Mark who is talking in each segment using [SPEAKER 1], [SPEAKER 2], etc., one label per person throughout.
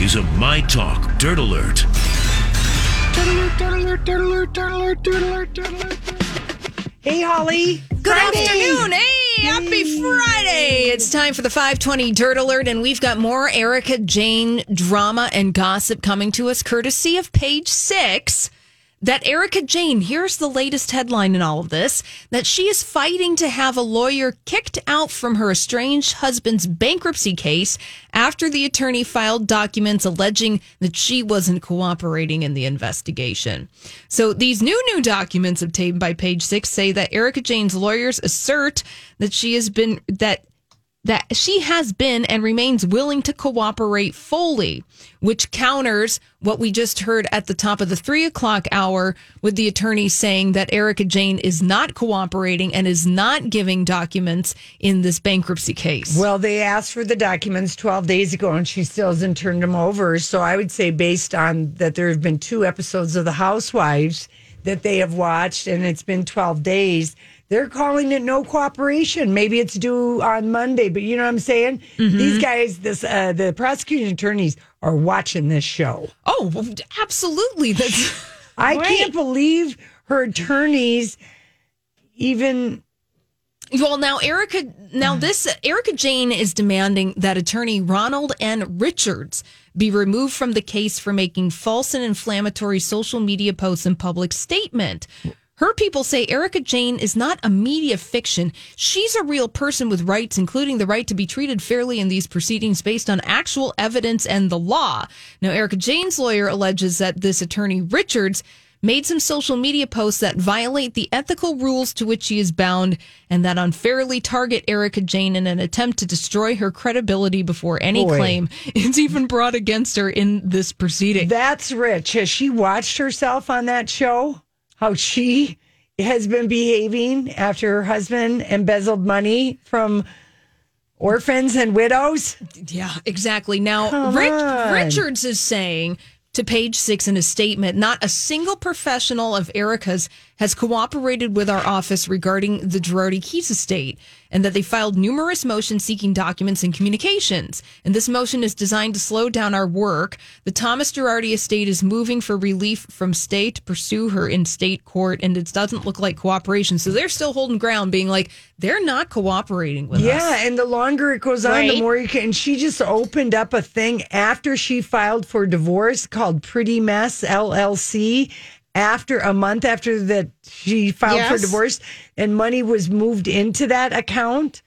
[SPEAKER 1] is a My Talk Dirt Alert.
[SPEAKER 2] Hey, Holly.
[SPEAKER 3] Good afternoon. eh? Hey, happy Friday. It's time for the 520 Dirt Alert, and we've got more Erica Jane drama and gossip coming to us courtesy of page six. That Erica Jane, here's the latest headline in all of this that she is fighting to have a lawyer kicked out from her estranged husband's bankruptcy case after the attorney filed documents alleging that she wasn't cooperating in the investigation. So these new new documents obtained by page six say that Erica Jane's lawyers assert that she has been that that she has been and remains willing to cooperate fully, which counters what we just heard at the top of the three o'clock hour with the attorney saying that Erica Jane is not cooperating and is not giving documents in this bankruptcy case.
[SPEAKER 2] Well, they asked for the documents 12 days ago and she still hasn't turned them over. So I would say, based on that, there have been two episodes of The Housewives that they have watched and it's been 12 days. They're calling it no cooperation. Maybe it's due on Monday, but you know what I'm saying?
[SPEAKER 3] Mm-hmm.
[SPEAKER 2] These guys, this uh, the prosecuting attorneys are watching this show.
[SPEAKER 3] oh, well, absolutely. That's.
[SPEAKER 2] I can't believe her attorneys even
[SPEAKER 3] Well, now Erica, now this Erica Jane is demanding that attorney Ronald N. Richards be removed from the case for making false and inflammatory social media posts and public statement. Her people say Erica Jane is not a media fiction. She's a real person with rights, including the right to be treated fairly in these proceedings based on actual evidence and the law. Now, Erica Jane's lawyer alleges that this attorney Richards made some social media posts that violate the ethical rules to which she is bound and that unfairly target Erica Jane in an attempt to destroy her credibility before any
[SPEAKER 2] Boy.
[SPEAKER 3] claim is even brought against her in this proceeding.
[SPEAKER 2] That's rich. Has she watched herself on that show? How she has been behaving after her husband embezzled money from orphans and widows?
[SPEAKER 3] Yeah, exactly. Now,
[SPEAKER 2] Come on.
[SPEAKER 3] Rich, Richards is saying to page six in a statement not a single professional of Erica's has cooperated with our office regarding the Girardi Keys estate, and that they filed numerous motions seeking documents and communications. And this motion is designed to slow down our work. The Thomas Girardi estate is moving for relief from stay to pursue her in state court, and it doesn't look like cooperation. So they're still holding ground, being like, they're not cooperating with us.
[SPEAKER 2] Yeah, and the longer it goes on, the more you can. And she just opened up a thing after she filed for divorce called Pretty Mess LLC. After a month after that, she filed for divorce, and money was moved into that account.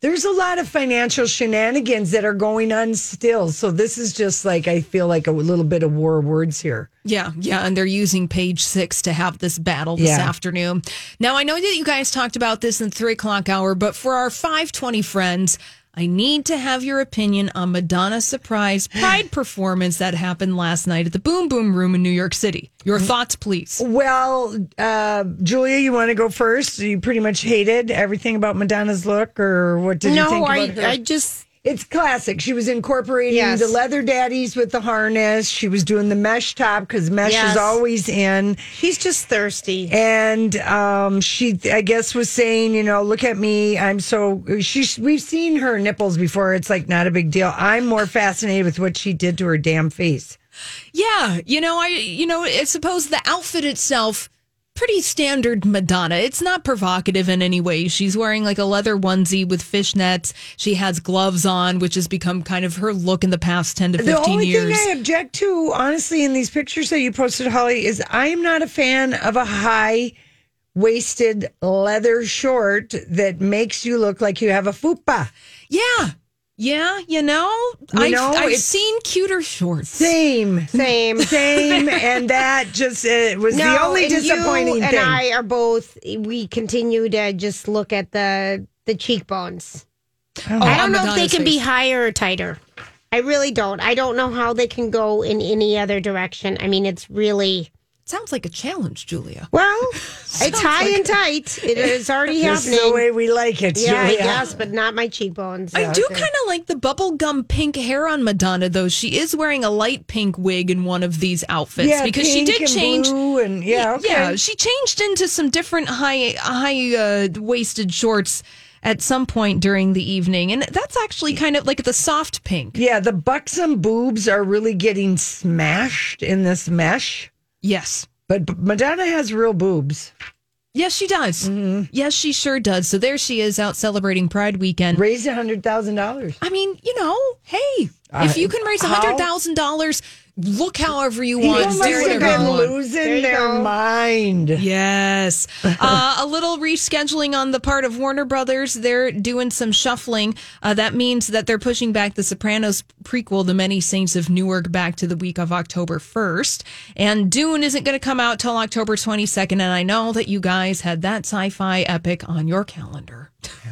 [SPEAKER 2] There's a lot of financial shenanigans that are going on still. So this is just like I feel like a little bit of war of words here.
[SPEAKER 3] Yeah, yeah, and they're using page six to have this battle this
[SPEAKER 2] Yeah.
[SPEAKER 3] afternoon. Now I know that you guys talked about this in the three o'clock hour, but for our five twenty friends, I need to have your opinion on Madonna's surprise pride performance that happened last night at the Boom Boom Room in New York City. Your thoughts, please.
[SPEAKER 2] Well, uh, Julia, you want to go first? You pretty much hated everything about Madonna's look, or what did you
[SPEAKER 4] No,
[SPEAKER 2] think?
[SPEAKER 4] I,
[SPEAKER 2] about her?
[SPEAKER 4] I just
[SPEAKER 2] It's classic. She was incorporating
[SPEAKER 4] Yes.
[SPEAKER 2] the leather daddies with the harness. She was doing the mesh top because mesh is
[SPEAKER 4] Yes.
[SPEAKER 2] always in.
[SPEAKER 4] he's just thirsty.
[SPEAKER 2] And um, she, I guess, was saying, you know, look at me. I'm so. She, we've seen her nipples before. It's like not a big deal. I'm more fascinated with what she did to her damn face.
[SPEAKER 3] Yeah, you know, I you know, I suppose the outfit itself pretty standard Madonna. It's not provocative in any way. She's wearing like a leather onesie with fishnets. She has gloves on, which has become kind of her look in the past 10 to 15
[SPEAKER 2] The only
[SPEAKER 3] years.
[SPEAKER 2] thing I object to, honestly, in these pictures that you posted, Holly, is I am not a fan of a high waisted leather short that makes you look like you have a fupa.
[SPEAKER 3] yeah. Yeah, you know, I've,
[SPEAKER 2] know,
[SPEAKER 3] I've
[SPEAKER 2] it's-
[SPEAKER 3] seen cuter shorts.
[SPEAKER 2] Same,
[SPEAKER 4] Same.
[SPEAKER 2] same, and that just it was the only
[SPEAKER 4] and
[SPEAKER 2] disappointing
[SPEAKER 4] you
[SPEAKER 2] thing.
[SPEAKER 4] and I are both. We continue to just look at the the cheekbones. I don't know if they
[SPEAKER 3] Madonna's
[SPEAKER 4] can be
[SPEAKER 3] face.
[SPEAKER 4] higher or tighter. I really don't. I don't know how they can go in any other direction. I mean, it's really
[SPEAKER 3] Sounds like a challenge, Julia.
[SPEAKER 4] well. it's high and tight. It is already
[SPEAKER 2] That's the
[SPEAKER 4] happening.
[SPEAKER 2] way we like it.
[SPEAKER 4] Yeah, I
[SPEAKER 2] Julia.
[SPEAKER 4] guess, but not my cheekbones.
[SPEAKER 3] I do kind of like the bubblegum pink hair on Madonna, though. She is wearing a light pink wig in one of these outfits
[SPEAKER 2] Yeah,
[SPEAKER 3] because she
[SPEAKER 2] pink
[SPEAKER 3] did
[SPEAKER 2] and
[SPEAKER 3] change.
[SPEAKER 2] blue and yeah, okay.
[SPEAKER 3] Yeah, she changed into some different high high uh, waisted shorts at some point during the evening. And that's actually kind of like the soft pink.
[SPEAKER 2] Yeah, the buxom boobs are really getting smashed in this mesh,
[SPEAKER 3] Yes.
[SPEAKER 2] but B- Madonna has real boobs.
[SPEAKER 3] Yes, she does.
[SPEAKER 2] Mm-hmm.
[SPEAKER 3] Yes, she sure does. So there she is out celebrating Pride weekend.
[SPEAKER 2] Raised $100,000.
[SPEAKER 3] I mean, you know, hey, if you can raise
[SPEAKER 2] how-
[SPEAKER 3] $100,000, look however you
[SPEAKER 2] People
[SPEAKER 3] want.
[SPEAKER 2] must
[SPEAKER 3] do
[SPEAKER 2] have
[SPEAKER 3] whatever you
[SPEAKER 2] been
[SPEAKER 3] want.
[SPEAKER 4] There
[SPEAKER 2] losing
[SPEAKER 4] you
[SPEAKER 2] their
[SPEAKER 4] go.
[SPEAKER 2] mind.
[SPEAKER 3] Yes. Uh, a little rescheduling on the part of Warner Brothers. They're doing some shuffling. Uh, that means that they're pushing back the Sopranos prequel, The Many Saints of Newark, back to the week of October 1st. And Dune isn't going to come out till October 22nd. And I know that you guys had that sci fi epic on your calendar.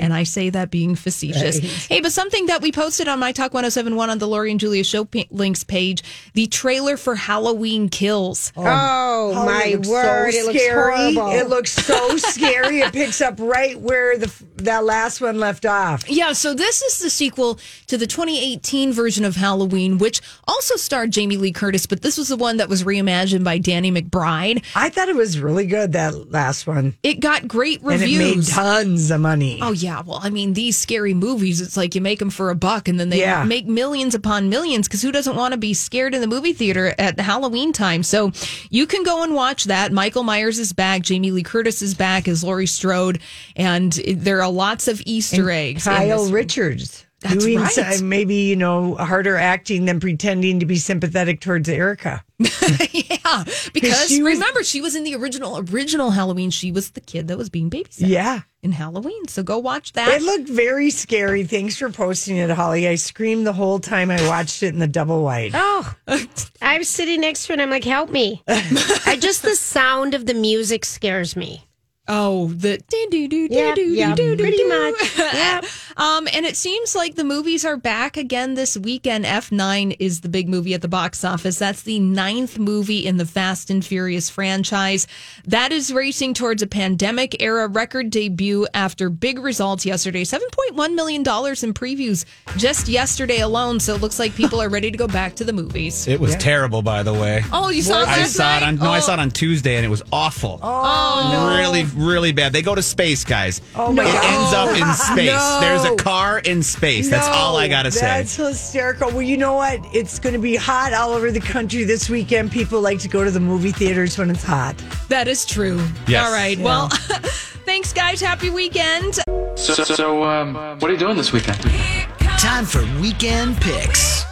[SPEAKER 3] And I say that being facetious. Hey, but something that we posted on My Talk 1071 on the Lori and Julia Show pa- links page the trailer for Halloween Kills.
[SPEAKER 4] Oh,
[SPEAKER 2] Oh,
[SPEAKER 4] my
[SPEAKER 2] it looks so
[SPEAKER 4] word! it looks
[SPEAKER 2] scary.
[SPEAKER 4] horrible.
[SPEAKER 2] It looks so scary. It picks up right where the f- that last one left off.
[SPEAKER 3] Yeah, so this is the sequel to the 2018 version of Halloween, which also starred Jamie Lee Curtis, but this was the one that was reimagined by Danny McBride.
[SPEAKER 2] I thought it was really good that last one,
[SPEAKER 3] It got great
[SPEAKER 2] and
[SPEAKER 3] reviews.
[SPEAKER 2] it made tons of money.
[SPEAKER 3] Oh yeah, well, I mean, these scary movies, it's like you make them for a buck and then they
[SPEAKER 2] Yeah.
[SPEAKER 3] make millions upon millions cuz who doesn't want to be scared in the movie theater at Halloween time. So, you can go and watch that. Michael Myers is back, Jamie Lee Curtis is back as Laurie Strode, and it- there are lots of Easter eggs. in
[SPEAKER 2] Kyle
[SPEAKER 3] this
[SPEAKER 2] Richards
[SPEAKER 3] That's
[SPEAKER 2] doing
[SPEAKER 3] right.
[SPEAKER 2] some, maybe you know harder acting than pretending to be sympathetic towards Erica.
[SPEAKER 3] yeah, because
[SPEAKER 2] she was-
[SPEAKER 3] remember she was in the original original Halloween. She was the kid that was being babysat
[SPEAKER 2] Yeah,
[SPEAKER 3] in Halloween. So go watch
[SPEAKER 2] it
[SPEAKER 3] that.
[SPEAKER 2] looked very scary. Thanks for posting it, Holly. I screamed the whole time I watched it in the double wide.
[SPEAKER 4] Oh, I'm sitting next to it. I'm like, help me! I just the sound of the music scares me.
[SPEAKER 3] oh, the do do do do
[SPEAKER 4] Yep,
[SPEAKER 3] do
[SPEAKER 4] yep,
[SPEAKER 3] do do
[SPEAKER 4] pretty
[SPEAKER 3] do.
[SPEAKER 4] much. Yep.
[SPEAKER 3] Um, and it seems like the movies are back again this weekend. F9 is the big movie at the box office. That's the ninth movie in the Fast and Furious franchise. That is racing towards a pandemic era record debut after big results yesterday. $7.1 million in previews just yesterday alone. So it looks like people are ready to go back to the movies.
[SPEAKER 5] It was terrible, by the way.
[SPEAKER 3] Oh, you saw it last
[SPEAKER 5] I saw it
[SPEAKER 3] night?
[SPEAKER 5] on no, I
[SPEAKER 3] Oh.
[SPEAKER 5] saw it on Tuesday and it was awful. Oh, really, really bad. They go to space, guys. Oh
[SPEAKER 2] my
[SPEAKER 5] it
[SPEAKER 2] God.
[SPEAKER 5] ends up in space.
[SPEAKER 2] No.
[SPEAKER 5] There's a car in space. That's all I gotta
[SPEAKER 2] That's
[SPEAKER 5] say.
[SPEAKER 2] hysterical. Well, you know what? It's going to be hot all over the country this weekend. People like to go to the movie theaters when it's hot.
[SPEAKER 3] That is true.
[SPEAKER 5] Yes.
[SPEAKER 3] All right. Well, thanks, guys. Happy weekend.
[SPEAKER 6] So, so, so um, what are you doing this weekend?
[SPEAKER 7] Time for Weekend Picks.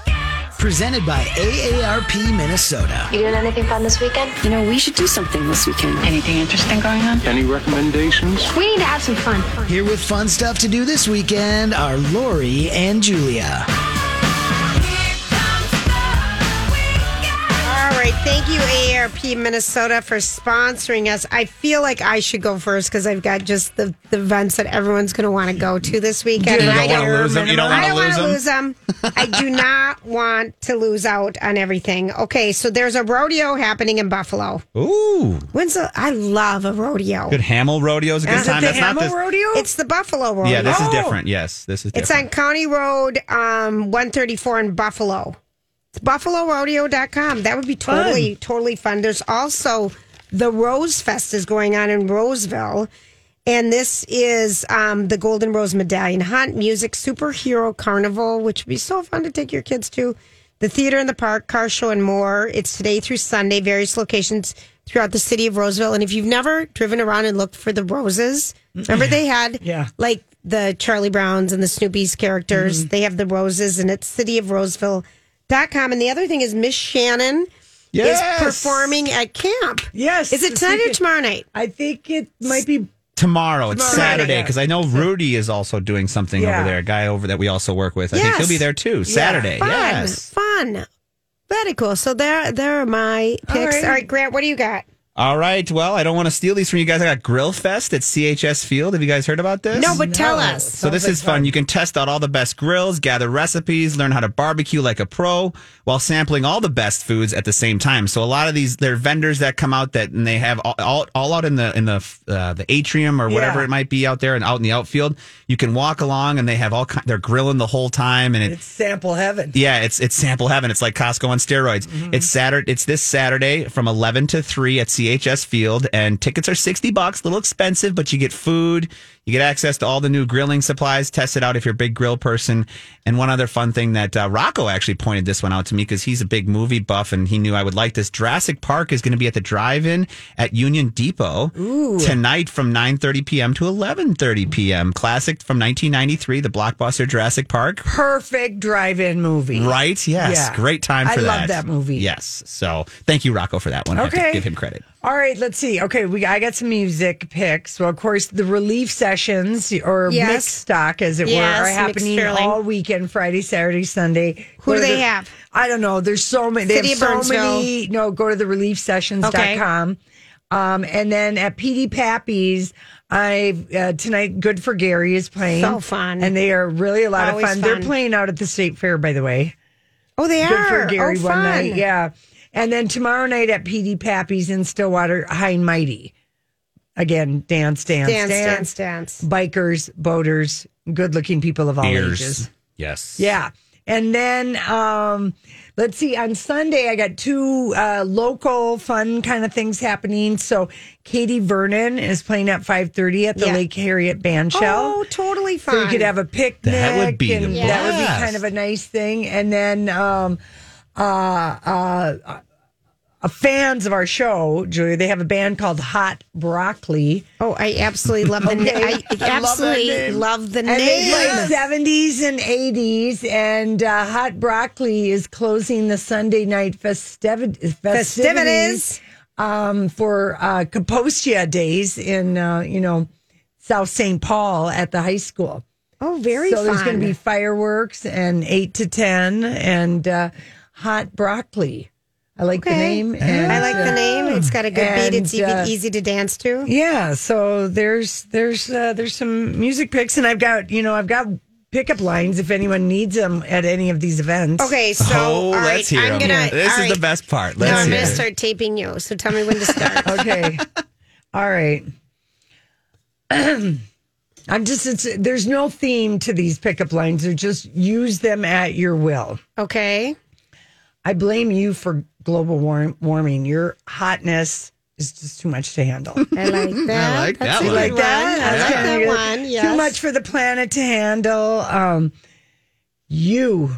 [SPEAKER 7] Presented by AARP Minnesota.
[SPEAKER 8] You doing anything fun this weekend?
[SPEAKER 9] You know, we should do something this weekend.
[SPEAKER 10] Anything interesting going on?
[SPEAKER 6] Any recommendations?
[SPEAKER 8] We need to have some fun.
[SPEAKER 7] Here with fun stuff to do this weekend are Lori and Julia.
[SPEAKER 4] All right, thank you, AARP Minnesota, for sponsoring us. I feel like I should go first because I've got just the, the events that everyone's going to want to go to this weekend.
[SPEAKER 5] You
[SPEAKER 4] And
[SPEAKER 5] don't want to lose them. You don't want
[SPEAKER 4] I
[SPEAKER 5] to
[SPEAKER 4] don't want
[SPEAKER 5] lose
[SPEAKER 4] to
[SPEAKER 5] them.
[SPEAKER 4] lose them. I do not want to lose out on everything. Okay, so there's a rodeo happening in Buffalo.
[SPEAKER 5] Ooh,
[SPEAKER 4] When's the, I love a rodeo.
[SPEAKER 5] good Hamel rodeo is a good
[SPEAKER 2] Is it
[SPEAKER 5] time.
[SPEAKER 2] the
[SPEAKER 5] That's
[SPEAKER 2] Hamo
[SPEAKER 5] not this.
[SPEAKER 2] rodeo?
[SPEAKER 4] It's the Buffalo rodeo.
[SPEAKER 5] Yeah, this
[SPEAKER 2] Oh.
[SPEAKER 5] is different. Yes, this is different.
[SPEAKER 4] It's on County Road um, 134 in Buffalo. It's buffalorodeo.com. That would be totally, totally fun. There's also the Rose Fest is going on in Roseville. And this is um, the Golden Rose Medallion Hunt, Music Superhero Carnival, which would be so fun to take your kids to. The Theater in the Park, Car Show, and more. It's today through Sunday, various locations throughout the city of Roseville. And if you've never driven around and looked for the roses, remember they had
[SPEAKER 2] Yeah.
[SPEAKER 4] like the Charlie Browns and the Snoopy's characters.
[SPEAKER 2] Mm-hmm.
[SPEAKER 4] They have the roses, and it's cityofroseville.com. And the other thing is Miss Shannon
[SPEAKER 5] Yes.
[SPEAKER 4] is performing at camp.
[SPEAKER 2] Yes,
[SPEAKER 4] Is it
[SPEAKER 2] this
[SPEAKER 4] tonight or
[SPEAKER 2] weekend.
[SPEAKER 4] tomorrow night?
[SPEAKER 2] I think it might be
[SPEAKER 5] tomorrow. It's
[SPEAKER 2] Tomorrow.
[SPEAKER 5] Saturday
[SPEAKER 2] Yeah.
[SPEAKER 5] because I know Rudy is also doing something
[SPEAKER 2] Yeah.
[SPEAKER 5] over there. A guy over that we also work with. I think
[SPEAKER 4] Yes.
[SPEAKER 5] he'll be there too. Saturday.
[SPEAKER 4] Fun.
[SPEAKER 5] Yes.
[SPEAKER 4] Fun. Very cool. So there, there are my picks. All right,
[SPEAKER 2] right.
[SPEAKER 4] Grant, what do you got?
[SPEAKER 5] All right. Well, I don't want to steal these from you guys. I got Grill Fest at CHS Field. Have you guys heard about this?
[SPEAKER 4] No, but tell
[SPEAKER 2] No.
[SPEAKER 4] us.
[SPEAKER 5] So this
[SPEAKER 2] like
[SPEAKER 5] is fun. You can test out all the best grills, gather recipes, learn how to barbecue like a pro while sampling all the best foods at the same time. So a lot of these, there are vendors that come out that and they have all, all, all out in the in the uh, the atrium or whatever
[SPEAKER 2] Yeah.
[SPEAKER 5] it might be out there and out in the outfield. You can walk along and they have all kind. They're grilling the whole time and it,
[SPEAKER 2] it's sample heaven.
[SPEAKER 5] yeah, it's it's sample heaven. It's like Costco on steroids. It's Saturday. It's this Saturday from eleven to three at CHS CHS Field, and tickets are sixty bucks. A little expensive, but you get food, you get access to all the new grilling supplies. Test it out if you're a big grill person. And one other fun thing that uh, Rocco actually pointed this one out to me because he's a big movie buff, and he knew I would like this. Jurassic Park is going to be at the drive-in at Union Depot tonight from nine thirty p.m. to eleven thirty p.m. Classic from 1993, the blockbuster Jurassic Park.
[SPEAKER 2] Perfect drive-in movie.
[SPEAKER 5] Right? Yes.
[SPEAKER 2] Yeah.
[SPEAKER 5] Great time
[SPEAKER 2] I
[SPEAKER 5] for that.
[SPEAKER 2] love that movie.
[SPEAKER 5] Yes. So thank you, Rocco, for that one. I have
[SPEAKER 2] Okay.
[SPEAKER 5] to give him credit.
[SPEAKER 2] All right, let's see. Okay, we I got some music picks. Well, of course, the relief sessions or
[SPEAKER 4] Yes.
[SPEAKER 2] mixed stock, as it
[SPEAKER 4] Yes,
[SPEAKER 2] were, are
[SPEAKER 4] mixed
[SPEAKER 2] happening
[SPEAKER 4] feeling.
[SPEAKER 2] all weekend, Friday, Saturday, Sunday.
[SPEAKER 4] Who
[SPEAKER 2] Go
[SPEAKER 4] do
[SPEAKER 2] to
[SPEAKER 4] they
[SPEAKER 2] the-
[SPEAKER 4] have?
[SPEAKER 2] I don't know. There's so many. They
[SPEAKER 4] City
[SPEAKER 2] have
[SPEAKER 4] of
[SPEAKER 2] so
[SPEAKER 4] Burnsville.
[SPEAKER 2] many. No, go to the reliefsessions.com. Um, and then at PD Pappy's, I uh, tonight Good for Gary is playing.
[SPEAKER 4] So fun.
[SPEAKER 2] and they are really a lot
[SPEAKER 4] Always
[SPEAKER 2] of fun. They're
[SPEAKER 4] fun.
[SPEAKER 2] playing out at the State Fair, by the way.
[SPEAKER 4] Oh, they
[SPEAKER 2] Good
[SPEAKER 4] are.
[SPEAKER 2] for Gary
[SPEAKER 4] oh,
[SPEAKER 2] one
[SPEAKER 4] fun.
[SPEAKER 2] night. Yeah. And then tomorrow night at PD Pappy's in Stillwater, High and Mighty. Again, dance, dance,
[SPEAKER 4] Dance,
[SPEAKER 2] dance.
[SPEAKER 4] dance, dance.
[SPEAKER 2] Bikers, boaters, good looking people of all ages.
[SPEAKER 5] Beers. Yes.
[SPEAKER 2] Yeah. And then um, let's see, on Sunday, I got two uh, local fun kind of things happening. So Katie Vernon is playing at 5.30 at the
[SPEAKER 4] Yeah.
[SPEAKER 2] Lake Harriet Band Shell.
[SPEAKER 4] Oh, totally fun.
[SPEAKER 2] So you could have a picnic.
[SPEAKER 5] That would be
[SPEAKER 2] and
[SPEAKER 5] the
[SPEAKER 2] That would be
[SPEAKER 5] best.
[SPEAKER 2] kind of a nice thing. And then um, uh, uh, uh, fans of our show, Julia, they have a band called Hot Broccoli.
[SPEAKER 4] oh, I absolutely love the name. I,
[SPEAKER 2] I love that
[SPEAKER 4] absolutely
[SPEAKER 2] name.
[SPEAKER 4] love the
[SPEAKER 2] And they play
[SPEAKER 4] name.
[SPEAKER 2] 70s and 80s. And uh, Hot Broccoli is closing the Sunday night festivi- festivities.
[SPEAKER 4] Festivities.
[SPEAKER 2] um, for uh, Kaposia Days in, uh, you know, South St. Paul at the high school.
[SPEAKER 4] Oh, very
[SPEAKER 2] so
[SPEAKER 4] fun.
[SPEAKER 2] there's going to be fireworks and eight to ten and uh, hot broccoli. I like the
[SPEAKER 4] Okay.
[SPEAKER 2] name. And,
[SPEAKER 4] I like the
[SPEAKER 2] uh,
[SPEAKER 4] name. It's got a good beat. It's
[SPEAKER 2] And,
[SPEAKER 4] even
[SPEAKER 2] uh,
[SPEAKER 4] easy to dance to.
[SPEAKER 2] Yeah, so there's there's uh, there's some music picks, and I've got you know I've got pickup lines if anyone needs them at any of these events.
[SPEAKER 4] Okay, so
[SPEAKER 5] oh,
[SPEAKER 4] all right,
[SPEAKER 5] let's hear
[SPEAKER 4] I'm
[SPEAKER 5] 'em.
[SPEAKER 4] gonna.
[SPEAKER 5] This
[SPEAKER 4] all
[SPEAKER 5] is the
[SPEAKER 4] right.
[SPEAKER 5] best part.
[SPEAKER 4] No,
[SPEAKER 5] Let's
[SPEAKER 4] I'm
[SPEAKER 5] hear
[SPEAKER 4] gonna
[SPEAKER 5] it.
[SPEAKER 4] start taping you. So tell me when to start.
[SPEAKER 2] okay, all right. I'm just it's there's no theme to these pickup lines. They're just use them at your will.
[SPEAKER 4] okay.
[SPEAKER 2] I blame you for global warm- warming. Your hotness is just too much to handle.
[SPEAKER 4] I like that. That's
[SPEAKER 5] like that
[SPEAKER 4] a
[SPEAKER 5] one.
[SPEAKER 4] good I
[SPEAKER 5] Like
[SPEAKER 4] like
[SPEAKER 2] That's kinda
[SPEAKER 4] that
[SPEAKER 2] good.
[SPEAKER 4] one. Yes.
[SPEAKER 2] Too much for the planet to handle. Um, you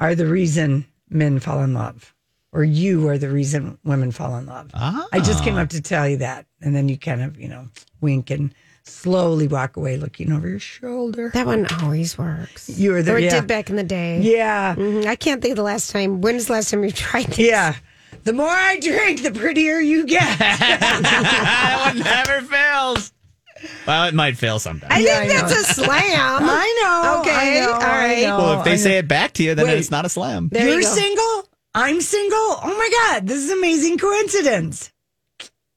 [SPEAKER 2] are the reason men fall in love, or you are the reason women fall in love. I just
[SPEAKER 4] Ah.
[SPEAKER 2] came up to tell you that, and then you kind of, you know, wink and slowly walk away, looking over your shoulder.
[SPEAKER 4] That one always works.
[SPEAKER 2] You were there,
[SPEAKER 4] Or it
[SPEAKER 2] yeah.
[SPEAKER 4] did back in the day.
[SPEAKER 2] Yeah,
[SPEAKER 4] Mhm. I can't think of the last time. When's the last time you tried this?
[SPEAKER 2] yeah. The more I drink, the prettier you get.
[SPEAKER 5] that one never fails. Well, it might fail sometimes.
[SPEAKER 4] I
[SPEAKER 2] Yeah,
[SPEAKER 4] think
[SPEAKER 2] I know.
[SPEAKER 4] that's a slam.
[SPEAKER 2] I know.
[SPEAKER 4] Okay,
[SPEAKER 2] I know,
[SPEAKER 4] all
[SPEAKER 2] I
[SPEAKER 4] right.
[SPEAKER 2] know,
[SPEAKER 5] well, if
[SPEAKER 2] I
[SPEAKER 5] they
[SPEAKER 2] know.
[SPEAKER 5] say it back to you, then
[SPEAKER 2] Wait.
[SPEAKER 5] it's not a slam.
[SPEAKER 4] There you
[SPEAKER 2] You're
[SPEAKER 4] go.
[SPEAKER 2] single? I'm single? Oh my God, this is an amazing coincidence.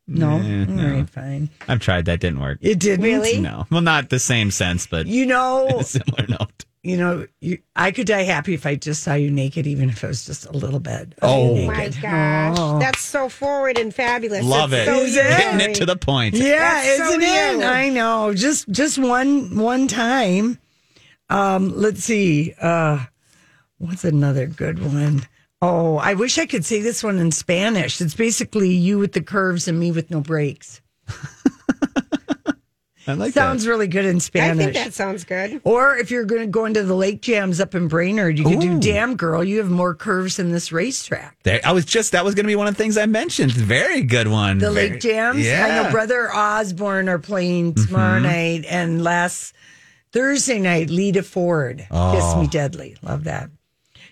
[SPEAKER 2] No. All right, fine.
[SPEAKER 5] I've tried that; didn't work.
[SPEAKER 2] It didn't.
[SPEAKER 4] Really?
[SPEAKER 5] No, well, not the same sense, but
[SPEAKER 2] You know,
[SPEAKER 5] a similar note.
[SPEAKER 2] you know, you, I could die happy if I just saw you naked, even if it was just a little bit. of
[SPEAKER 5] Oh.
[SPEAKER 2] you
[SPEAKER 4] Oh my
[SPEAKER 2] naked.
[SPEAKER 4] gosh.
[SPEAKER 2] Oh.
[SPEAKER 4] That's so forward and fabulous.
[SPEAKER 5] Love
[SPEAKER 4] That's
[SPEAKER 5] it.
[SPEAKER 4] So
[SPEAKER 2] Is it?
[SPEAKER 5] Getting it to the point.
[SPEAKER 2] Yeah,
[SPEAKER 4] That's so
[SPEAKER 2] isn't it?
[SPEAKER 4] you.
[SPEAKER 2] I know. Just just one one time. Um, let's see. Uh what's another good one? Oh, I wish I could say this one in Spanish. It's basically you with the curves and me with no breaks.
[SPEAKER 5] I like
[SPEAKER 2] Sounds really good in
[SPEAKER 4] I
[SPEAKER 2] Spanish.
[SPEAKER 4] think that sounds good.
[SPEAKER 2] Or if you're going to go into the lake jams up in Brainerd, you could do "Damn Girl." You have more curves than this racetrack.
[SPEAKER 5] that. There- I was just that was going to be one of the things I mentioned. Very good one.
[SPEAKER 2] The
[SPEAKER 5] Very-
[SPEAKER 2] lake jams. I
[SPEAKER 5] Yeah. Mm-hmm.
[SPEAKER 2] know Brother Osborne are playing tomorrow night, and last Thursday night, Lita Ford, "Kiss
[SPEAKER 5] Oh.
[SPEAKER 2] Me Deadly." Love that.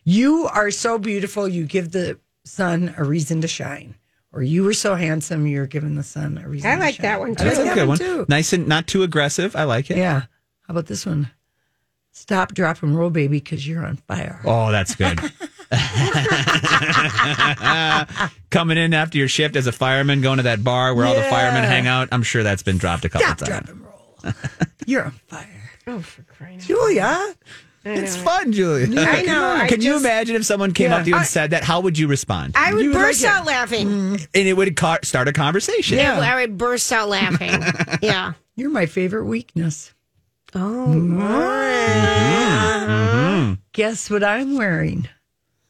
[SPEAKER 2] You are so beautiful. You give the sun a reason to shine. Or you were so handsome. You're giving the sun a reason.
[SPEAKER 4] I
[SPEAKER 2] to
[SPEAKER 4] like
[SPEAKER 2] shine.
[SPEAKER 4] that one,
[SPEAKER 2] I
[SPEAKER 4] too.
[SPEAKER 2] like
[SPEAKER 5] That's a
[SPEAKER 2] that
[SPEAKER 5] good
[SPEAKER 2] one
[SPEAKER 5] one.
[SPEAKER 2] too.
[SPEAKER 5] Nice and not too aggressive. I like it.
[SPEAKER 2] Yeah. How about this one? Stop, drop, and roll, baby, because you're on fire.
[SPEAKER 5] Oh, that's good. Coming in after your shift as a fireman, going to that bar where all the firemen
[SPEAKER 2] Yeah.
[SPEAKER 5] hang out. I'm sure that's been dropped a couple
[SPEAKER 2] Stop,
[SPEAKER 5] times.
[SPEAKER 2] drop, and roll. You're on fire.
[SPEAKER 4] Oh, for crying out
[SPEAKER 2] Julia.
[SPEAKER 5] It's fun, Julia.
[SPEAKER 4] I know, I
[SPEAKER 5] Can you
[SPEAKER 4] just-
[SPEAKER 5] imagine if someone came
[SPEAKER 2] Yeah.
[SPEAKER 5] up to you and
[SPEAKER 2] I-
[SPEAKER 5] said that? How would you respond?
[SPEAKER 4] I would
[SPEAKER 2] You would
[SPEAKER 4] burst
[SPEAKER 2] like it.
[SPEAKER 4] out laughing.
[SPEAKER 5] and it would ca- start a conversation.
[SPEAKER 2] Yeah.
[SPEAKER 4] I would burst out laughing. yeah.
[SPEAKER 2] You're my favorite weakness. Mm-hmm.
[SPEAKER 4] Oh,
[SPEAKER 5] Mm-hmm.
[SPEAKER 2] Guess what I'm wearing?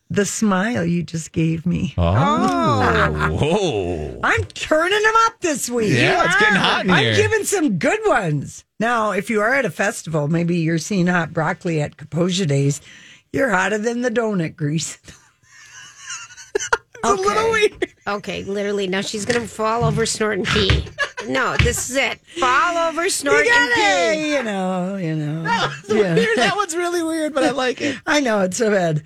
[SPEAKER 2] the smile you just gave me.
[SPEAKER 5] Oh.
[SPEAKER 2] I'm turning them up this week.
[SPEAKER 5] Yeah, it's getting hot in
[SPEAKER 2] I'm
[SPEAKER 5] here.
[SPEAKER 2] giving some good ones. Now, if you are at a festival, maybe you're seeing hot broccoli at Kaposia Days, you're hotter than the donut grease.
[SPEAKER 4] a little weird. Okay, literally. Now she's gonna fall over, snort and pee. No, this is it. Fall over,
[SPEAKER 2] You
[SPEAKER 4] snort and
[SPEAKER 2] gotta,
[SPEAKER 4] pee.
[SPEAKER 2] you know, you know. Yeah.
[SPEAKER 5] That one's really weird, but I like it.
[SPEAKER 2] I know it's so bad.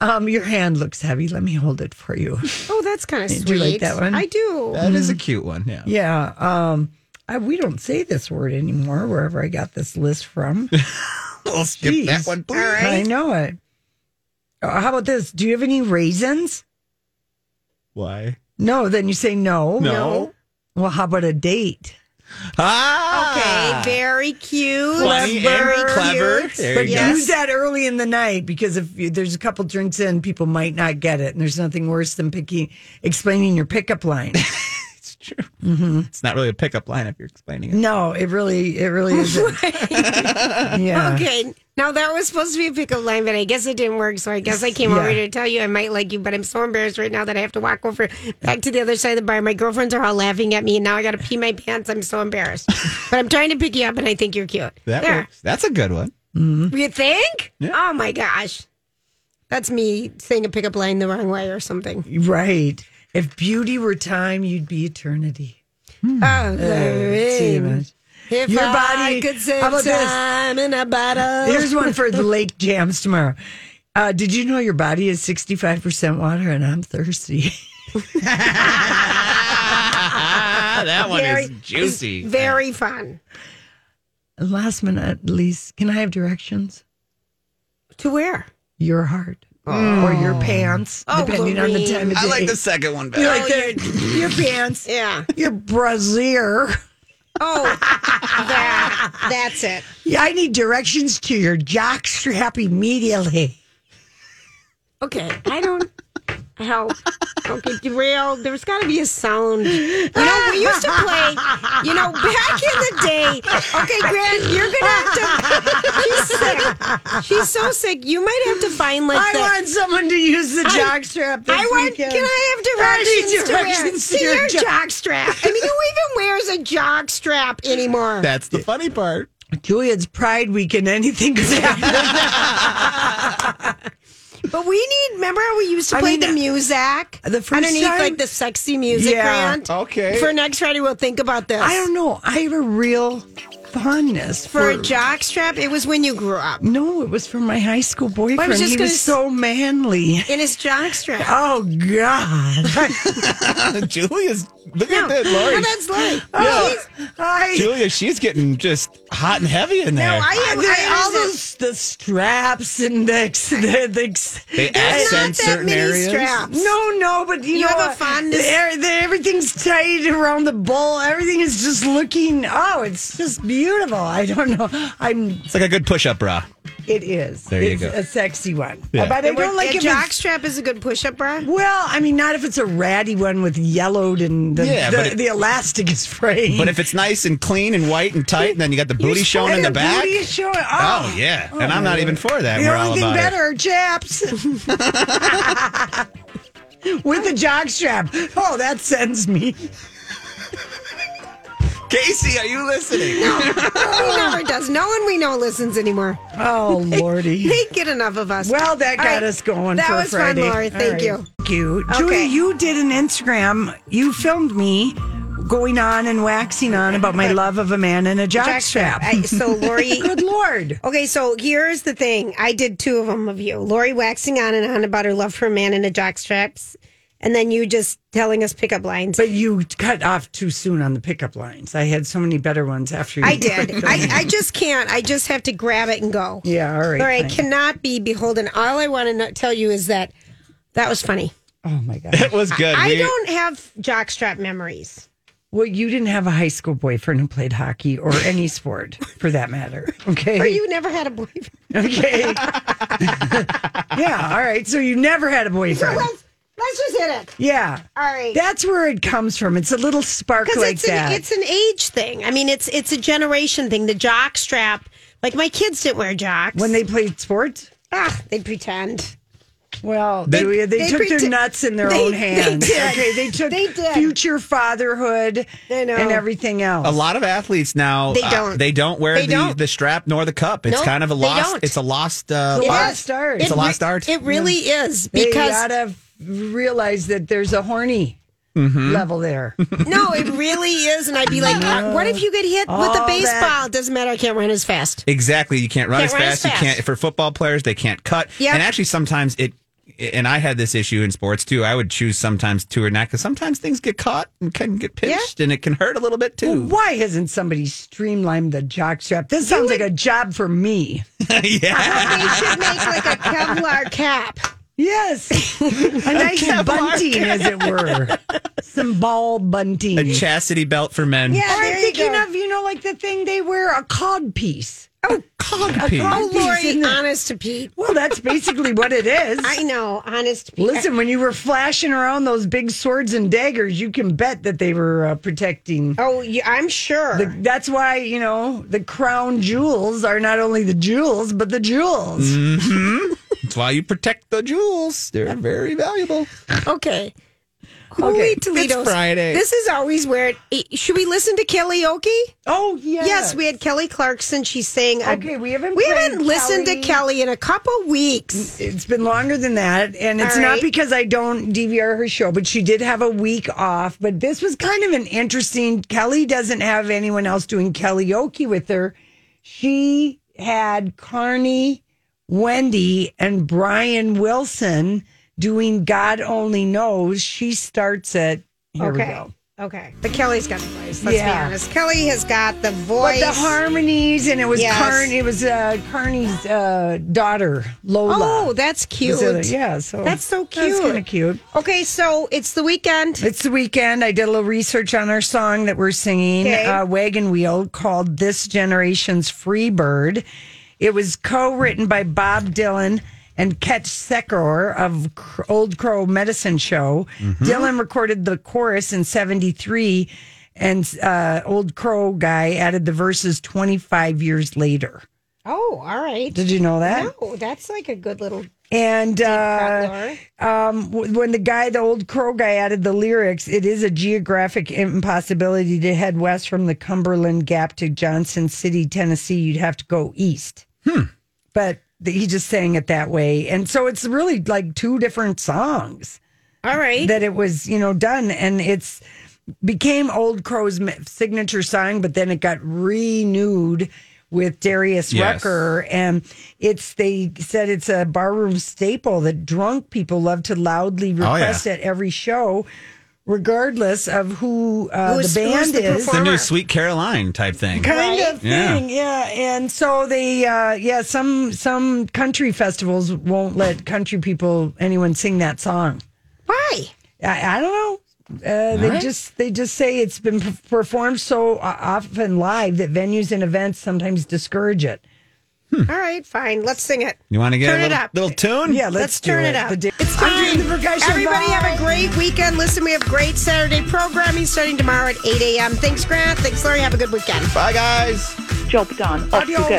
[SPEAKER 2] Um, your hand looks heavy. Let me hold it for you.
[SPEAKER 4] Oh, that's kind of sweet.
[SPEAKER 2] Do you like that one?
[SPEAKER 4] I do.
[SPEAKER 5] That is a cute one. Yeah.
[SPEAKER 2] Yeah. Um, I, we don't say this word anymore. Wherever I got this list from,
[SPEAKER 5] We'll skip that
[SPEAKER 2] Jeez.
[SPEAKER 5] one, please.
[SPEAKER 2] I know it. Uh, How about this? Do you have any raisins?
[SPEAKER 5] Why?
[SPEAKER 2] No. Then you say no.
[SPEAKER 5] No.
[SPEAKER 2] Well, how about a date?
[SPEAKER 5] Ah.
[SPEAKER 4] Okay, very cute.
[SPEAKER 5] Funny and clever. There
[SPEAKER 2] But
[SPEAKER 5] you go.
[SPEAKER 4] Yes.
[SPEAKER 2] use that early in the night because if you, there's a couple drinks in, people might not get it, and there's nothing worse than picking explaining your pickup line.
[SPEAKER 5] It's true. It's not really a pickup line if you're explaining it.
[SPEAKER 2] no, it really, it really isn't. yeah.
[SPEAKER 4] Okay. Now that was supposed to be a pickup line, but I guess it didn't work. So I guess I came
[SPEAKER 2] Yeah.
[SPEAKER 4] over to tell you I might like you, but I'm so embarrassed right now that I have to walk over back to the other side of the bar. My girlfriends are all laughing at me, and now I got to pee my pants. I'm so embarrassed. but I'm trying to pick you up, and I think you're cute.
[SPEAKER 5] That
[SPEAKER 4] there.
[SPEAKER 5] works. That's a good one.
[SPEAKER 4] You think? Oh my gosh. That's me saying a pickup line the wrong way or something.
[SPEAKER 2] Right. If beauty were time, you'd be eternity.
[SPEAKER 4] Oh,
[SPEAKER 2] Pretty
[SPEAKER 4] Lorraine,
[SPEAKER 2] much.
[SPEAKER 4] if
[SPEAKER 2] Your
[SPEAKER 4] I
[SPEAKER 2] body-
[SPEAKER 4] could save
[SPEAKER 2] how about this?
[SPEAKER 4] time in a bottle.
[SPEAKER 2] Here's one for the lake jams tomorrow. Uh, did you know your body is 65% water and I'm thirsty?
[SPEAKER 5] Ah, that one
[SPEAKER 4] Very- Very fun.
[SPEAKER 2] And Last but not least, can I have directions?
[SPEAKER 4] To where?
[SPEAKER 2] Your heart or your pants,
[SPEAKER 4] Oh,
[SPEAKER 2] depending on the
[SPEAKER 4] Lorraine.
[SPEAKER 2] time of day.
[SPEAKER 5] I like the second one
[SPEAKER 2] You
[SPEAKER 5] better.
[SPEAKER 2] like the- your pants,
[SPEAKER 4] Yeah.
[SPEAKER 2] your brassiere.
[SPEAKER 4] Oh, that, that's it.
[SPEAKER 2] Yeah, I need directions to your jock strap immediately.
[SPEAKER 4] Okay, I don't help. Okay, derail. There's got to be a sound. You know, we used to play. You know, back in the day. Okay, Grant, you're gonna have to. She's sick. She's so sick. You might have to find like
[SPEAKER 2] I
[SPEAKER 4] the.
[SPEAKER 2] want someone to use the jock strap.
[SPEAKER 4] I want.
[SPEAKER 2] Weekend.
[SPEAKER 4] Can I
[SPEAKER 2] I need
[SPEAKER 4] have directions,
[SPEAKER 2] directions
[SPEAKER 4] to,
[SPEAKER 2] to
[SPEAKER 4] wear?
[SPEAKER 2] your
[SPEAKER 4] to your
[SPEAKER 2] jo-
[SPEAKER 4] jock strap? I mean, who even wears a jock strap anymore?
[SPEAKER 5] That's the funny part.
[SPEAKER 2] Julian's Pride Weekend. Anything could happen.
[SPEAKER 4] But we need. Remember how we used to
[SPEAKER 2] I
[SPEAKER 4] play
[SPEAKER 2] mean,
[SPEAKER 4] the music
[SPEAKER 2] the first
[SPEAKER 4] underneath,
[SPEAKER 2] time-
[SPEAKER 4] like the sexy music,
[SPEAKER 2] Yeah.
[SPEAKER 4] Grant.
[SPEAKER 5] Okay.
[SPEAKER 4] For next Friday, we'll think about this.
[SPEAKER 2] I don't know. I have a real fondness
[SPEAKER 4] For
[SPEAKER 2] for,
[SPEAKER 4] a jockstrap, it was when you grew up
[SPEAKER 2] No, it was for my high school boyfriend.
[SPEAKER 4] just
[SPEAKER 2] he
[SPEAKER 4] gonna
[SPEAKER 2] was
[SPEAKER 4] s-
[SPEAKER 2] so manly.
[SPEAKER 4] in his jockstrap.
[SPEAKER 2] Oh God!
[SPEAKER 5] Uh, Julia's look
[SPEAKER 4] No,
[SPEAKER 5] at that, Lori.
[SPEAKER 4] no, that's Lori.
[SPEAKER 5] Yeah.
[SPEAKER 2] I,
[SPEAKER 5] Julia, she's getting just hot and heavy in there.
[SPEAKER 4] No, I am.
[SPEAKER 2] I-
[SPEAKER 4] I
[SPEAKER 2] all those the straps and the ex- the, the ex-
[SPEAKER 5] they
[SPEAKER 4] There's not that
[SPEAKER 5] accent certain
[SPEAKER 4] many
[SPEAKER 5] areas.
[SPEAKER 4] straps.
[SPEAKER 2] No, no, but you,
[SPEAKER 4] You
[SPEAKER 2] know,
[SPEAKER 4] have a
[SPEAKER 2] what?
[SPEAKER 4] fondness-
[SPEAKER 2] The air- the- everything's tight around the bowl. Everything is just looking. Oh, it's just beautiful. I don't know. I'm.
[SPEAKER 5] It's like a good push-up bra.
[SPEAKER 2] It is.
[SPEAKER 5] There you
[SPEAKER 2] it's
[SPEAKER 5] go.
[SPEAKER 2] A sexy one, Uh,
[SPEAKER 5] Yeah.
[SPEAKER 2] but I don't like
[SPEAKER 4] a
[SPEAKER 2] if it's
[SPEAKER 4] jockstrap is a good push-up bra.
[SPEAKER 2] Well, I mean, not if it's a ratty one with yellowed and the,
[SPEAKER 5] Yeah, but
[SPEAKER 2] the,
[SPEAKER 5] it-
[SPEAKER 2] the elastic is frayed.
[SPEAKER 5] But if it's nice and clean and white and tight, and then you got the booty showing in the
[SPEAKER 2] your
[SPEAKER 5] back.
[SPEAKER 2] booty is showing-
[SPEAKER 5] Oh
[SPEAKER 2] oh,
[SPEAKER 5] yeah, and I'm not even for that.
[SPEAKER 2] The
[SPEAKER 5] We're all
[SPEAKER 2] only thing
[SPEAKER 5] about
[SPEAKER 2] better
[SPEAKER 5] it.
[SPEAKER 2] are chaps with a jog strap. Oh, that sends me.
[SPEAKER 5] Casey, are you listening?
[SPEAKER 4] he never does. No one we know listens anymore.
[SPEAKER 2] Oh, lordy.
[SPEAKER 4] They get enough of us.
[SPEAKER 2] Well, that got
[SPEAKER 4] All right.
[SPEAKER 2] us going.
[SPEAKER 4] That
[SPEAKER 2] for
[SPEAKER 4] was
[SPEAKER 2] Friday.
[SPEAKER 4] fun, Lori.
[SPEAKER 2] All
[SPEAKER 4] Thank
[SPEAKER 2] right.
[SPEAKER 4] you.
[SPEAKER 2] Thank you,
[SPEAKER 4] Okay.
[SPEAKER 2] Julia. You did an Instagram. You filmed me going on and waxing on about my love of a man in a jock strap.
[SPEAKER 4] I, so Lori.
[SPEAKER 2] Good lord.
[SPEAKER 4] Okay, so here's the thing. I did two of them of you. Lori waxing on and on about her love for a man in a jockstraps, and then you just telling us pickup lines.
[SPEAKER 2] But you cut off too soon on the pickup lines. I had so many better ones after you.
[SPEAKER 4] I did. I, I just can't. I just have to grab it and go.
[SPEAKER 2] Yeah, all right.
[SPEAKER 4] All right,
[SPEAKER 2] fine.
[SPEAKER 4] cannot be beholden. All I want to tell you is that that was funny.
[SPEAKER 2] oh my god.
[SPEAKER 5] It was good.
[SPEAKER 4] I
[SPEAKER 5] We-
[SPEAKER 4] don't have jockstrap memories.
[SPEAKER 2] Well, you didn't have a high school boyfriend who played hockey or any sport for that matter. Okay.
[SPEAKER 4] Or you never had a boyfriend.
[SPEAKER 2] okay. yeah, all right. So you never had a
[SPEAKER 4] So
[SPEAKER 2] boyfriend.
[SPEAKER 4] let's, let's just hit it.
[SPEAKER 2] Yeah.
[SPEAKER 4] All right.
[SPEAKER 2] That's where it comes from. It's a little spark
[SPEAKER 4] Because
[SPEAKER 2] like
[SPEAKER 4] it's,
[SPEAKER 2] that.
[SPEAKER 4] an it's an age thing. I mean, it's it's a generation thing. The jockstrap. Like my kids didn't wear jocks.
[SPEAKER 2] when they played sports.
[SPEAKER 4] ah, they'd pretend.
[SPEAKER 2] Well,
[SPEAKER 5] They-
[SPEAKER 2] they, they,
[SPEAKER 4] they
[SPEAKER 2] took their
[SPEAKER 4] prete-
[SPEAKER 2] nuts in their
[SPEAKER 4] they-
[SPEAKER 2] own
[SPEAKER 4] they
[SPEAKER 2] hands.
[SPEAKER 4] did.
[SPEAKER 2] Okay, they took
[SPEAKER 4] They did.
[SPEAKER 2] future fatherhood
[SPEAKER 4] I know.
[SPEAKER 2] and everything else.
[SPEAKER 5] A lot of athletes now
[SPEAKER 4] They
[SPEAKER 5] uh,
[SPEAKER 4] don't.
[SPEAKER 5] they don't wear
[SPEAKER 4] They
[SPEAKER 5] the,
[SPEAKER 4] don't.
[SPEAKER 5] the strap nor the cup. It's
[SPEAKER 10] No,
[SPEAKER 5] kind of a
[SPEAKER 10] they
[SPEAKER 5] lost.
[SPEAKER 10] don't.
[SPEAKER 5] It's a lost. Uh,
[SPEAKER 2] It
[SPEAKER 5] art.
[SPEAKER 2] is. Start.
[SPEAKER 5] It's a
[SPEAKER 10] re-
[SPEAKER 5] lost art.
[SPEAKER 10] It really is
[SPEAKER 2] They
[SPEAKER 10] because
[SPEAKER 2] gotta realize that there's a horny level there.
[SPEAKER 10] no, it really is. And I'd be like,
[SPEAKER 4] "Ah,
[SPEAKER 10] "Uh, what if you get hit with a
[SPEAKER 2] All that-
[SPEAKER 10] baseball? It doesn't matter. I can't run as fast.
[SPEAKER 5] Exactly. You can't run,
[SPEAKER 10] Can't
[SPEAKER 5] as,
[SPEAKER 10] run as
[SPEAKER 5] fast.
[SPEAKER 10] fast.
[SPEAKER 5] You can't for football players. They can't cut.
[SPEAKER 10] Yep.
[SPEAKER 5] And actually, sometimes it. And I had this issue in sports too. I would choose sometimes two or not because sometimes things get caught and can get pinched and it can hurt a little bit
[SPEAKER 2] Well,
[SPEAKER 5] too.
[SPEAKER 2] why hasn't somebody streamlined the jock strap? This sounds like a job for me.
[SPEAKER 5] yeah.
[SPEAKER 4] They should make like a Kevlar cap.
[SPEAKER 2] Yes. A nice bunting, as it were. Some ball bunting.
[SPEAKER 5] A chastity belt for men.
[SPEAKER 4] Yeah,
[SPEAKER 2] Or I'm
[SPEAKER 4] there you
[SPEAKER 2] thinking
[SPEAKER 4] go.
[SPEAKER 2] of, you know, like the thing they wear, a cod piece.
[SPEAKER 5] Cog piece.
[SPEAKER 4] Oh,
[SPEAKER 2] isn't
[SPEAKER 4] Lori,
[SPEAKER 2] it?
[SPEAKER 4] honest to Pete.
[SPEAKER 2] Well, that's basically what it is.
[SPEAKER 4] I know, honest to Pete.
[SPEAKER 2] Listen, when you were flashing around those big swords and daggers, you can bet that they were uh, protecting.
[SPEAKER 4] Oh, yeah, I'm sure.
[SPEAKER 2] The, that's why, you know, the crown jewels are not only the jewels, but the jewels.
[SPEAKER 5] That's why you protect the jewels. They're very valuable.
[SPEAKER 10] Okay. Holy
[SPEAKER 2] Okay, it's
[SPEAKER 10] Toledo's.
[SPEAKER 5] Friday.
[SPEAKER 4] this is always where it, should we listen to karaoke?
[SPEAKER 2] Oh, yeah.
[SPEAKER 4] Yes, we had Kelly Clarkson. She sang. a-
[SPEAKER 2] Okay, we haven't
[SPEAKER 4] we
[SPEAKER 2] played
[SPEAKER 4] haven't listened to
[SPEAKER 2] Kelly. Mm,
[SPEAKER 4] Kelly in a couple weeks.
[SPEAKER 2] it's been longer than that. And it's
[SPEAKER 4] All
[SPEAKER 2] not
[SPEAKER 4] right.
[SPEAKER 2] because I don't DVR her show, but she did have a week off. But this was kind of an interesting. Kelly doesn't have anyone else doing karaoke with her. She had Carney, Wendy, and Brian Wilson doing God Only Knows. She starts it. Here we
[SPEAKER 4] Okay.
[SPEAKER 2] go.
[SPEAKER 4] Okay. But Kelly's got the voice. Let's
[SPEAKER 2] Yeah.
[SPEAKER 4] be honest. Kelly has got the
[SPEAKER 2] But
[SPEAKER 4] voice.
[SPEAKER 2] the harmonies, and it was
[SPEAKER 4] Yes.
[SPEAKER 2] Carn. It was uh, Carney's uh, daughter, Lola.
[SPEAKER 4] oh, that's
[SPEAKER 2] Is
[SPEAKER 4] cute.
[SPEAKER 2] it a- yeah, so
[SPEAKER 4] That's so
[SPEAKER 2] That's
[SPEAKER 4] cute.
[SPEAKER 2] kind of cute.
[SPEAKER 4] Okay, so it's the weekend.
[SPEAKER 2] It's the weekend. I did a little research on our song that we're singing,
[SPEAKER 4] Okay.
[SPEAKER 2] uh, Wagon Wheel, called This Generation's Free Bird. It was co written by Bob Dylan and Ketch Sekor of Cr- Old Crow Medicine Show. Dylan recorded the chorus in 73, and uh, Old Crow guy added the verses 25 years later.
[SPEAKER 4] Oh, all right.
[SPEAKER 2] Did you know that?
[SPEAKER 4] Oh, that's like a good little
[SPEAKER 2] And uh,
[SPEAKER 4] Laura.
[SPEAKER 2] um, w- when the guy, the old crow guy, added the lyrics, it is a geographic impossibility to head west from the Cumberland Gap to Johnson City, Tennessee. You'd have to go east. But th- he just sang it that way. And so it's really like two different songs
[SPEAKER 4] All right.
[SPEAKER 2] that it was, you know, done. And it's became Old Crow's m- signature song, but then it got renewed with Darius
[SPEAKER 5] Yes.
[SPEAKER 2] Rucker. And it's, they said it's a barroom staple that drunk people love to loudly
[SPEAKER 5] yeah.
[SPEAKER 2] request at every show, regardless of who uh, the
[SPEAKER 4] Who's- who's
[SPEAKER 2] band
[SPEAKER 4] the
[SPEAKER 2] is.
[SPEAKER 4] performer?
[SPEAKER 5] The new Sweet Caroline type thing.
[SPEAKER 2] Kind
[SPEAKER 4] Right?
[SPEAKER 2] of thing, yeah. And so they, uh, yeah, some some country festivals won't let country people anyone sing that song.
[SPEAKER 4] Why?
[SPEAKER 2] I, I don't know. Uh, they just they just say it's been p- performed so uh, often live that venues and events sometimes discourage it.
[SPEAKER 4] All right, fine. Let's sing it.
[SPEAKER 5] You want to get
[SPEAKER 4] Turn
[SPEAKER 5] a
[SPEAKER 4] it
[SPEAKER 5] little,
[SPEAKER 4] up.
[SPEAKER 5] little tune?
[SPEAKER 2] Yeah, let's,
[SPEAKER 4] Let's
[SPEAKER 2] do
[SPEAKER 4] turn
[SPEAKER 2] it.
[SPEAKER 4] it up.
[SPEAKER 2] The di-
[SPEAKER 4] It's
[SPEAKER 2] I'm
[SPEAKER 4] time.
[SPEAKER 2] doing the percussion.
[SPEAKER 4] Everybody
[SPEAKER 2] Bye.
[SPEAKER 4] have a great weekend. Listen, we have great Saturday programming starting tomorrow at 8 a.m. Thanks, Grant. Thanks, Lori. Have a good weekend.
[SPEAKER 5] Bye, guys.
[SPEAKER 2] Adios.